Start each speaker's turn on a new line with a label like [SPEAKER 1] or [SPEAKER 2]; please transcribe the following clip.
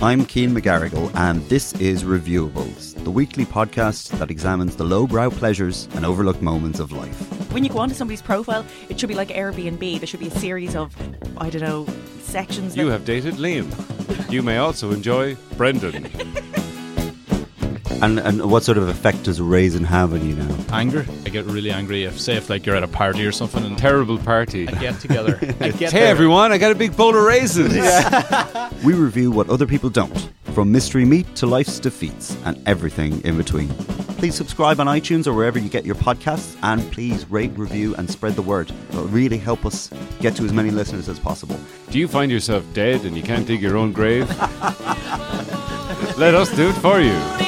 [SPEAKER 1] I'm Keen McGarrigle, and this is Reviewables, the weekly podcast that examines the lowbrow pleasures and overlooked moments of life.
[SPEAKER 2] When you go onto somebody's profile, it should be like Airbnb. There should be a series of, I don't know, sections.
[SPEAKER 3] You
[SPEAKER 2] that-
[SPEAKER 3] have dated Liam. You may also enjoy Brendan.
[SPEAKER 1] And, and what sort of effect does raisin have on you now?
[SPEAKER 4] anger. I get really angry if, say, if like you're at a party or something and
[SPEAKER 3] Terrible party.
[SPEAKER 4] I get together. I get
[SPEAKER 3] Hey
[SPEAKER 4] there.
[SPEAKER 3] everyone, I got a big bowl of raisins.
[SPEAKER 1] We review what other people don't, from mystery meat to life's defeats and everything in between. Please subscribe on iTunes or wherever you get your podcasts, and please rate, review, and spread the word. It'll really help us get to as many listeners as possible.
[SPEAKER 3] Do you find yourself dead and you can't dig your own grave? Let us do it for you.